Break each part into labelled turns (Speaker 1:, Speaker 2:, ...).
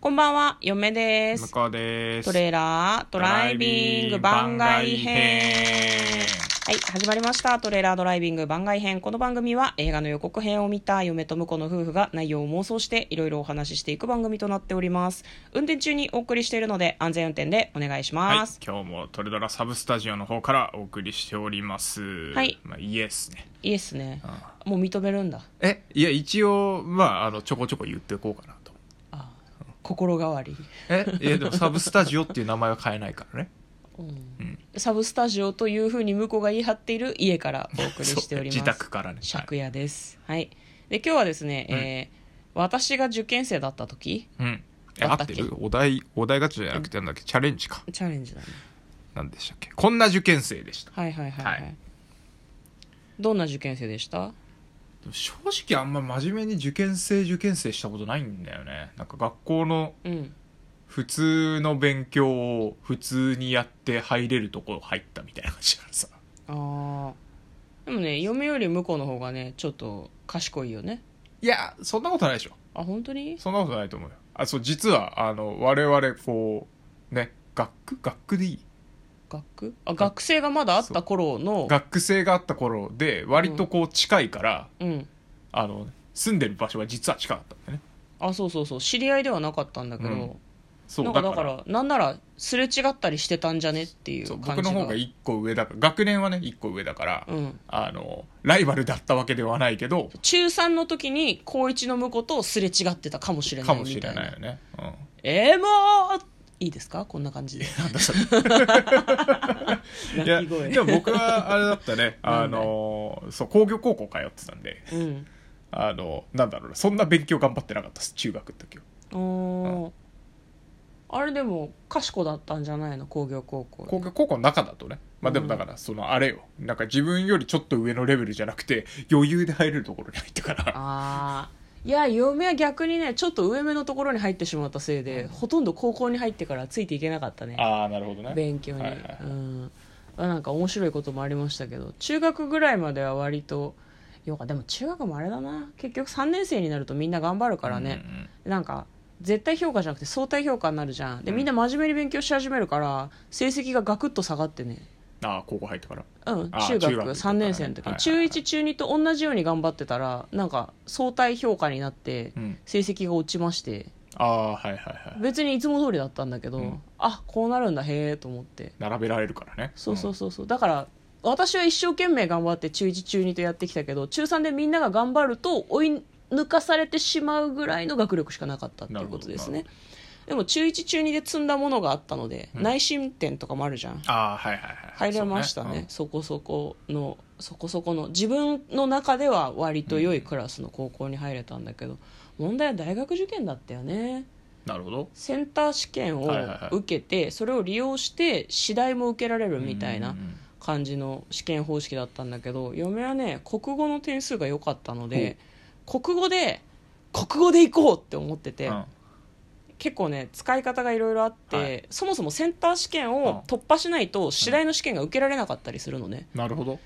Speaker 1: こんばんは、嫁です。
Speaker 2: 向こうです
Speaker 1: トレーラードライビング番外編。はい、始まりました。トレーラードライビング番外編。この番組は映画の予告編を見た嫁と婿の夫婦が内容を妄想していろいろお話ししていく番組となっております。運転中にお送りしているので安全運転でお願いし
Speaker 2: はい
Speaker 1: ます。、
Speaker 2: 今日もトレドラサブスタジオの方からお送りしております
Speaker 1: はい
Speaker 2: まあ、イエスね
Speaker 1: い、いですね。もう認めるんだ。
Speaker 2: えいや一応まああのちょこちょこ言っていこうかなと
Speaker 1: あ心変わり、
Speaker 2: えいやでもサブスタジオっていう名前は変えな いからね
Speaker 1: うんサブスタジオというふうに向こうが言い張っている家からお送りしております。
Speaker 2: そう自宅からね
Speaker 1: 借家です。はい。で、今日はですね、えー私が受験生だった時
Speaker 2: はいうんえ
Speaker 1: だ
Speaker 2: 合
Speaker 1: った
Speaker 2: っ
Speaker 1: っけ
Speaker 2: てるお題お題ガチャじゃなくてなんだっけチャレンジか
Speaker 1: チャレンジだね。
Speaker 2: なんでしたっけこんな受験生でした
Speaker 1: はいはいはい、はい、
Speaker 2: はい
Speaker 1: どんな受験生でした
Speaker 2: 正直あんま真面目に受験生受験生したことないんだよねなんか学校の
Speaker 1: うん。
Speaker 2: 普通の勉強を普通にやって入れるとこ入ったみたいな感じだからさ
Speaker 1: ああ。でもね、嫁より向こうの方がね、ちょっと賢いよね。
Speaker 2: いやそんなことないでしょ
Speaker 1: あ、本当に
Speaker 2: そんなことないと思うよあそう実はあの我々こうね学区学区でいい
Speaker 1: 学区あ、学生がまだあった頃の、
Speaker 2: 学区制があった頃で割とこう近いから、
Speaker 1: うん。
Speaker 2: あの住んでる場所が実は近かったんだよね
Speaker 1: あ、そうそうそう。知り合いではなかったんだけど、
Speaker 2: うんそう
Speaker 1: な
Speaker 2: だ
Speaker 1: んか
Speaker 2: か
Speaker 1: だ
Speaker 2: ら
Speaker 1: からなんならすれ違ったりしてたんじゃねっていう
Speaker 2: そう
Speaker 1: 感じが
Speaker 2: 僕の方が1個上だから学年はね1個上だから、
Speaker 1: うん、
Speaker 2: あのライバルだったわけではないけど
Speaker 1: 中3の時に高1の婿とすれ違ってたかもしれな
Speaker 2: か
Speaker 1: い
Speaker 2: もし
Speaker 1: みた
Speaker 2: れ
Speaker 1: いな
Speaker 2: ないよね、うん、
Speaker 1: えー、もういいですか こんな感じで
Speaker 2: いや
Speaker 1: 泣き声
Speaker 2: でも僕はあれだったね
Speaker 1: な
Speaker 2: あ
Speaker 1: んだい
Speaker 2: のそう工業高校通ってたんで
Speaker 1: うん
Speaker 2: あのなんだろうなそんな勉強頑張ってなかったです中学の時は
Speaker 1: おーあれでも賢だったんじゃないの工業高校
Speaker 2: 工業高校の中だとねまあでもだからそのあれよなんか自分よりちょっと上のレベルじゃなくて余裕で入れるところに入ったから
Speaker 1: ああいや嫁は逆にねちょっと上目のところに入ってしまったせいで、ほとんど高校に入ってからついていけなかったね
Speaker 2: ああなるほどね
Speaker 1: 勉強に、
Speaker 2: はいはいはい
Speaker 1: うんあなんか面白いこともありましたけど中学ぐらいまでは割とよかでも中学もあれだな結局3年生になるとみんな頑張るからね、
Speaker 2: うん
Speaker 1: なんか絶対評価じゃなくて相対評価になるじゃんでみんな真面目に勉強し始めるから成績がガクッと下がってね
Speaker 2: ああ高校入ってから
Speaker 1: うん、
Speaker 2: あ
Speaker 1: 中学
Speaker 2: 中学
Speaker 1: 3年生の時、
Speaker 2: はいはいはい
Speaker 1: 中1中2と同じように頑張ってたらなんか相対評価になって
Speaker 2: うん
Speaker 1: 成績が落ちまして
Speaker 2: ああはいはいはい
Speaker 1: 別にいつも通りだったんだけど、
Speaker 2: うん
Speaker 1: あこうなるんだへえと思って
Speaker 2: 並べられるからね
Speaker 1: そうそううそうそうだから私は一生懸命頑張って中1中2とやってきたけど中3でみんなが頑張ると追い抜かされてしまうぐらいの学力しかなかったっていうことです
Speaker 2: な
Speaker 1: ね
Speaker 2: る
Speaker 1: でも中1中2で積んだものがあったので、内申点とかもあるじゃん
Speaker 2: んああはいはいは
Speaker 1: 入
Speaker 2: い
Speaker 1: れましたねそこそこのそこそこの自分の中では割と良いクラスの高校に入れたんだけど、問題は大学受験だったよね
Speaker 2: そうねうんなるほど
Speaker 1: センター試験を
Speaker 2: はいはいはい
Speaker 1: 受けて、それを利用して次第も受けられるみたいな、
Speaker 2: うんうんうん
Speaker 1: 感じの試験方式だったんだけど嫁はね国語の点数が良かったので国語で国語で行こうって思ってて、
Speaker 2: うん
Speaker 1: 結構ね使い方がいろいろあって、
Speaker 2: はい
Speaker 1: そもそもセンター試験を突破しないと次第の試験が受けられなかったりするのね、
Speaker 2: なるほど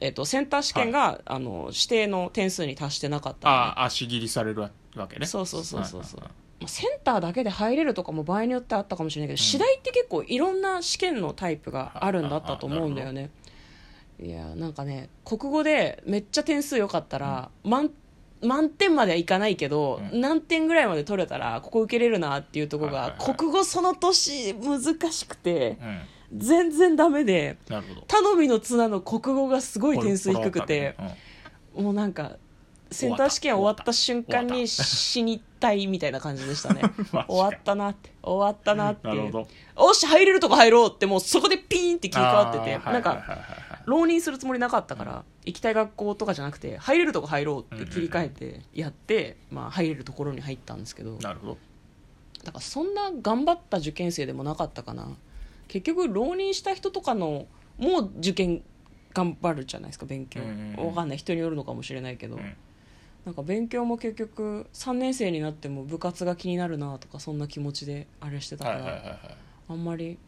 Speaker 1: えっとセンター試験が、あの指定の点数に達してなかったの
Speaker 2: ああ足切りされるわけね
Speaker 1: そうそうそうそうそう
Speaker 2: はいはいはい
Speaker 1: まあセンターだけで入れるとかも場合によってあったかもしれないけど、次第って結構いろんな試験のタイプがあるんだったと思うんだよねいやなんかね国語でめっちゃ点数良かったら、満満点まではいかないけど、
Speaker 2: うん
Speaker 1: 何点ぐらいまで取れたらここ受けれるなっていうところが、
Speaker 2: はいはいはい
Speaker 1: 国語その年難しくて
Speaker 2: うん
Speaker 1: 全然ダメで
Speaker 2: なるほど
Speaker 1: 頼みの綱の国語がすごい点数低くて。
Speaker 2: うん
Speaker 1: もうなんかセンター試験終わった瞬間
Speaker 2: 終わ
Speaker 1: に
Speaker 2: った
Speaker 1: 死にたいみたいな感じでした ね
Speaker 2: マジ か
Speaker 1: 終わったなって終わったなって
Speaker 2: なるほど
Speaker 1: おし入れるとこ入ろうってもうそこでピーンって切り替わってて
Speaker 2: あ
Speaker 1: なん
Speaker 2: ーはいは
Speaker 1: か
Speaker 2: いはいはい
Speaker 1: 浪人するつもりなかったから、行きたい学校とかじゃなくて入れるとこ入ろうって切り替えてやって、まあ、入れるところに入ったんですけどだ
Speaker 2: なるほど
Speaker 1: からそんな頑張った受験生でもなかったかな結局浪人した人とかのもう受験頑張るじゃないですか勉強、
Speaker 2: うんうんうん
Speaker 1: わかんない人によるのかもしれないけど、
Speaker 2: うん
Speaker 1: なんか勉強も結局3年生になっても部活が気になるなとかそんな気持ちであれしてたか
Speaker 2: はい
Speaker 1: ら、
Speaker 2: はいはいはい
Speaker 1: あんまりで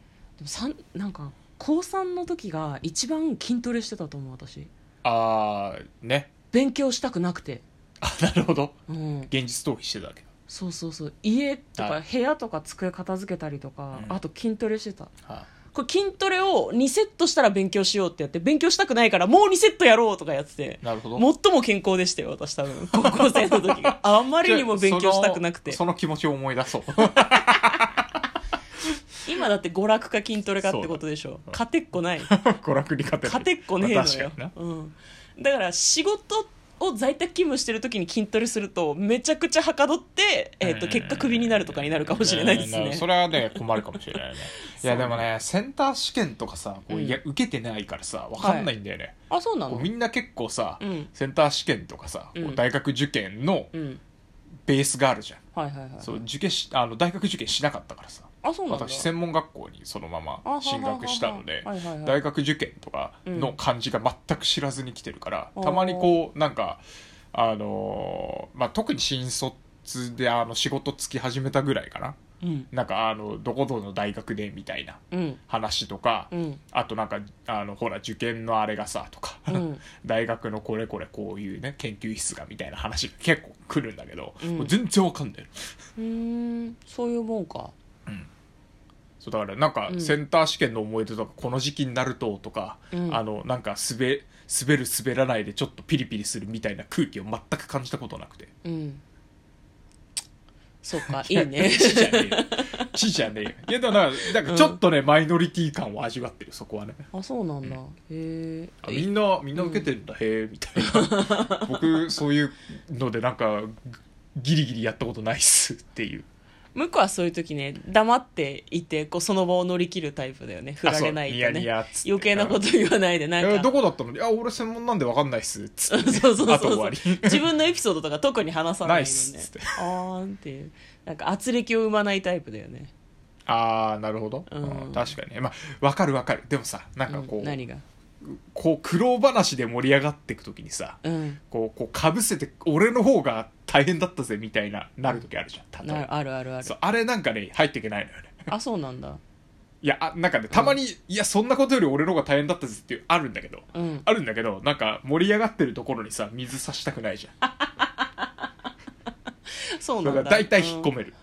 Speaker 1: もさんなんか高3の時が一番筋トレしてたと思う私
Speaker 2: ああね
Speaker 1: 勉強したくなくて
Speaker 2: あなるほど
Speaker 1: うん
Speaker 2: 現実逃避してたわけ
Speaker 1: そうそうそう家と
Speaker 2: は
Speaker 1: か
Speaker 2: い
Speaker 1: 部屋とか机片付けたりとか、
Speaker 2: うん
Speaker 1: あと筋トレしてた
Speaker 2: は
Speaker 1: これ筋トレを2セットしたら勉強しようってやって勉強したくないからもう2セットやろうとかやってて
Speaker 2: いなるほど
Speaker 1: 最も健康でしたよ私多 分高校生の時があまりにも勉強したくなくて
Speaker 2: そのその気持ちを思い出 そう
Speaker 1: 今だって娯楽か筋トレかってことでしょ
Speaker 2: そうだ
Speaker 1: 勝てっこない
Speaker 2: 娯楽に勝てない
Speaker 1: 勝てっこねえ
Speaker 2: ま
Speaker 1: の
Speaker 2: あ確か
Speaker 1: よ
Speaker 2: にな、
Speaker 1: うん、だから仕事を在宅勤務してる時に筋トレするとめちゃくちゃはかどって、えー、と
Speaker 2: うん
Speaker 1: 結果クビになるとかになるかもしれないです
Speaker 2: うん
Speaker 1: ね
Speaker 2: それはね困るかもし れないねい
Speaker 1: そう
Speaker 2: やでもねセンター試験とかさこう、
Speaker 1: うん
Speaker 2: いや受けてないからさわかんないんだよね、
Speaker 1: あそうな
Speaker 2: こう
Speaker 1: の
Speaker 2: みんな結構さ、
Speaker 1: うん
Speaker 2: センター試験とかさ、こう
Speaker 1: うん
Speaker 2: 大学受験の
Speaker 1: うん
Speaker 2: ベースがあるじゃん、
Speaker 1: はいはいはい
Speaker 2: そう受験しあの大学受験しなかったからさ
Speaker 1: あそうなんだ
Speaker 2: 私専門学校にそのま
Speaker 1: あはは
Speaker 2: ま進学したので
Speaker 1: はいはいはい
Speaker 2: 大学受験とかの感じが全く知らずに来てるから、
Speaker 1: うん
Speaker 2: たまにこうなんかあのーまあ、特に新卒であの仕事つき始めたぐらいかな
Speaker 1: うん
Speaker 2: なんかあのどこどこの大学でみたいな
Speaker 1: うん
Speaker 2: 話とか、
Speaker 1: うん
Speaker 2: あとなんかあのほら受験のあれがさとか、
Speaker 1: うん
Speaker 2: 大学のこれこれこういうね研究室がみたいな話が結構来るんだけど、
Speaker 1: うん
Speaker 2: もう全然わかんないの
Speaker 1: うーんそういうもんか
Speaker 2: そうだからなんか
Speaker 1: うん
Speaker 2: センター試験の思い出とかこの時期になるととか、
Speaker 1: うん
Speaker 2: あのなんか滑滑る滑らないでちょっとピリピリするみたいな空気を全く感じたことなくて
Speaker 1: うんそう かいいね
Speaker 2: 知じゃねえよ知じゃねえよいやでもなんかなんかちょっとね、マイノリティ感を味わってるそこはね
Speaker 1: あそうなんだへえ
Speaker 2: あみんなみんな受けてるんだ、へえみたい な僕そういうのでなんかギリギリやったことないっすっていう
Speaker 1: 向こうはそういう時ね黙っていてこうその場を乗り切るタイプだよね振られないとね
Speaker 2: あそうニヤニヤっつって
Speaker 1: 余計なこと言わないでなん
Speaker 2: いや
Speaker 1: か
Speaker 2: どこだったのいや俺専門なんで分かんないっすっつって
Speaker 1: そうそう
Speaker 2: あ
Speaker 1: そ
Speaker 2: と
Speaker 1: う
Speaker 2: 終
Speaker 1: そ
Speaker 2: わ
Speaker 1: う
Speaker 2: り
Speaker 1: 自分のエピソードとか特に話さない
Speaker 2: ない
Speaker 1: で
Speaker 2: っ
Speaker 1: ね
Speaker 2: すっつって
Speaker 1: あーんっていうなんか圧力を生まないタイプだよね
Speaker 2: ああなるほど、
Speaker 1: うん
Speaker 2: うん確かにねまあ分かる分かるでもさなんかこう,、
Speaker 1: うん何が
Speaker 2: こう苦労話で盛り上がっていく時にさ
Speaker 1: うん
Speaker 2: こうこうかぶせて俺の方が大変だったぜみたいななる時あるじゃん例え
Speaker 1: な
Speaker 2: ば
Speaker 1: あるあるある
Speaker 2: そうあれなんかね入っていけないのよね
Speaker 1: あそうなんだ
Speaker 2: いやあなんかねたまに、いやそんなことより俺の方が大変だったぜっていうあるんだけど
Speaker 1: うん
Speaker 2: あるんだけどなんか盛り上がってるところにさ水さしたくないじゃん
Speaker 1: そうな
Speaker 2: だ
Speaker 1: ん
Speaker 2: か
Speaker 1: だ
Speaker 2: ら大体引っ込
Speaker 1: め
Speaker 2: める、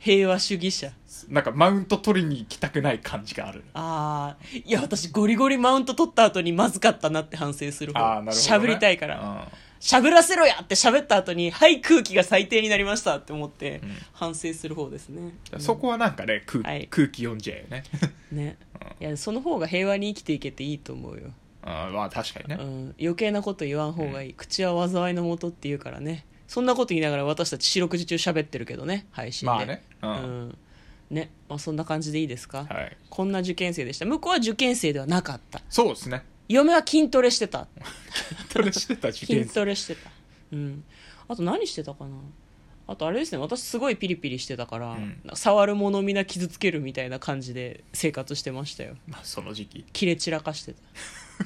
Speaker 1: 平和主義者
Speaker 2: なんかマウント取りに行きたくない感じがある
Speaker 1: ああいや私ゴリゴリマウント取った後にまずかったなって反省する方
Speaker 2: ああなるほど、ね、
Speaker 1: しゃぶりたいから
Speaker 2: うん
Speaker 1: しゃぶらせろやって喋った後に「はい空気が最低になりました」って思って
Speaker 2: うん
Speaker 1: 反省する方ですね、
Speaker 2: そこはなんかね空,、
Speaker 1: はい
Speaker 2: 空気読んじゃうよね
Speaker 1: ねいやその方が平和に生きていけていいと思うよ、
Speaker 2: あーまあ確かにね、
Speaker 1: うん、余計なこと言わん方がいい、口は災いのもとって言うからねそんなこと言いながら私たち四六時中喋ってるけどね配信で
Speaker 2: まあねう
Speaker 1: うんん、ねまあ、そんな感じでいいですか、
Speaker 2: はい
Speaker 1: こんな受験生でした向こうは受験生ではなかった
Speaker 2: そうですね
Speaker 1: 嫁は筋トレしてた
Speaker 2: トレしてた受験
Speaker 1: 筋
Speaker 2: 生
Speaker 1: トレしてたうんあと何してたかなあとあれですね私すごいピリピリしてたから、
Speaker 2: ん
Speaker 1: 触るものみな傷つけるみたいな感じで生活してましたよ
Speaker 2: まあその時期
Speaker 1: 切れ散らかしてた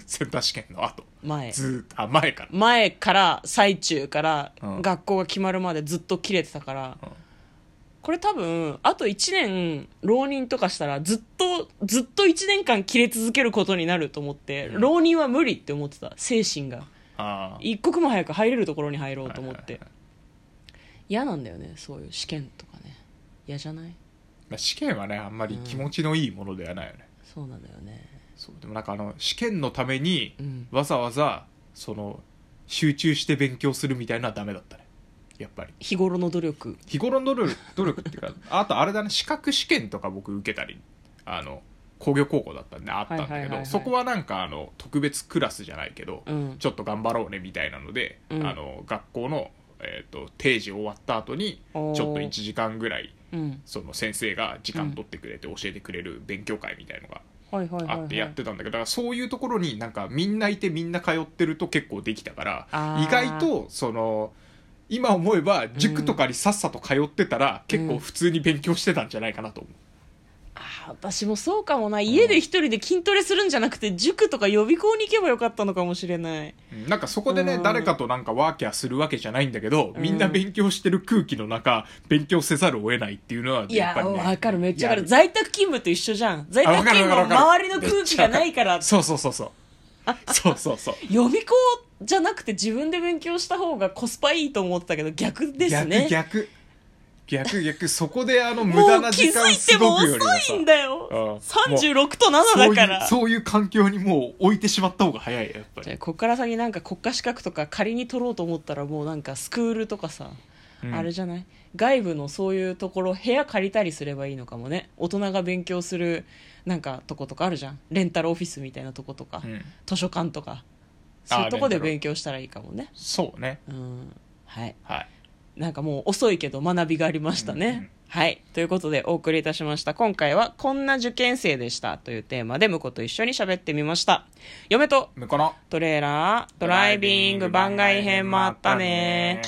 Speaker 2: センター試験の後
Speaker 1: 前
Speaker 2: ずーっとあ前から
Speaker 1: 前から最中から
Speaker 2: うん
Speaker 1: 学校が決まるまでずっと切れてたから、
Speaker 2: うん
Speaker 1: これ多分あと1年浪人とかしたらずっとずっと1年間切れ続けることになると思って、
Speaker 2: うん
Speaker 1: 浪人は無理って思ってた精神が
Speaker 2: あ
Speaker 1: 一刻も早く入れるところに入ろう
Speaker 2: あ
Speaker 1: と思って、
Speaker 2: はいはいはい
Speaker 1: 嫌なんだよねそういう試験とかね嫌じゃない
Speaker 2: まあ試験はねあんまり気持ちのいいものではないよね、
Speaker 1: そうなんだよね
Speaker 2: そうでもなんかあの試験のために
Speaker 1: うん
Speaker 2: わざわざその集中して勉強するみたいのはダメだったねやっぱり
Speaker 1: 日頃の努力
Speaker 2: 日頃の努力努力ってい うかあとあれだね資格試験とか僕受けたりあの工業高校だったんであったんだけど、
Speaker 1: はいはいはいはい
Speaker 2: そこはなんかあの特別クラスじゃないけど、
Speaker 1: うん
Speaker 2: ちょっと頑張ろうねみたいなので、
Speaker 1: うん
Speaker 2: あの学校の、えー、と定時終わった後にちょ
Speaker 1: お
Speaker 2: っ
Speaker 1: ー
Speaker 2: と1時間ぐらい
Speaker 1: うん
Speaker 2: その先生が時間取ってくれて教えてくれる勉強会みたいのが
Speaker 1: はいはいはい、はい、
Speaker 2: あってやってたんだけど、だからそういうところになんかみんないてみんな通ってると結構できたから
Speaker 1: あー
Speaker 2: 意外とその今思えば塾とかにさっさと通ってたら、
Speaker 1: うん
Speaker 2: 結構普通に勉強してたんじゃないかなと思う、
Speaker 1: あー私もそうかもな家で一人で筋トレするんじゃなくて塾とか予備校に行けばよかったのかもしれない
Speaker 2: うんなんかそこでね、
Speaker 1: うん
Speaker 2: 誰かとなんかワーキャーするわけじゃないんだけど、
Speaker 1: うん
Speaker 2: みんな勉強してる空気の中勉強せざるを得ないっていうのはやっぱり、ね、
Speaker 1: わかるめっちゃわか
Speaker 2: や
Speaker 1: る在宅勤務と一緒じゃん在宅勤務は
Speaker 2: わかるわか
Speaker 1: 周
Speaker 2: る
Speaker 1: りの空気がないから
Speaker 2: そうそうそうそ うそうそうそう
Speaker 1: 予備校じゃなくて自分で勉強した方がコスパいいと思ってたけど逆ですね
Speaker 2: 逆逆逆逆そこであの無
Speaker 1: も
Speaker 2: 駄
Speaker 1: う
Speaker 2: な
Speaker 1: 気
Speaker 2: 時間
Speaker 1: づいて
Speaker 2: す
Speaker 1: も
Speaker 2: ごくよりは
Speaker 1: 遅
Speaker 2: さ
Speaker 1: いんだよ
Speaker 2: うん
Speaker 1: 36と7
Speaker 2: そう
Speaker 1: だ
Speaker 2: い
Speaker 1: か
Speaker 2: う
Speaker 1: ら
Speaker 2: そういう環境にもう置いてしまった方が早いやっぱ
Speaker 1: じ
Speaker 2: り
Speaker 1: ゃあこっから先なんか国家資格とか仮に取ろうと思ったらもうなんかスクールとかさ、
Speaker 2: うん
Speaker 1: あれじゃない外部のそういうところ部屋借りたりすればいいのかもね大人が勉強するなんかとことかあるじゃんレンタルオフィスみたいなとことか、
Speaker 2: うん
Speaker 1: 図書館とかそういうとこで勉強したらいいかもね
Speaker 2: そうね
Speaker 1: うんはい
Speaker 2: はい
Speaker 1: なんかもう遅いけど学びがありましたね。
Speaker 2: うんうん
Speaker 1: はい。ということでお送りいたしました。今回はこんな受験生でしたというテーマで、婿と一緒に喋ってみました。嫁と
Speaker 2: 向こうの
Speaker 1: トレーラー、ドライビング番外編もあったね。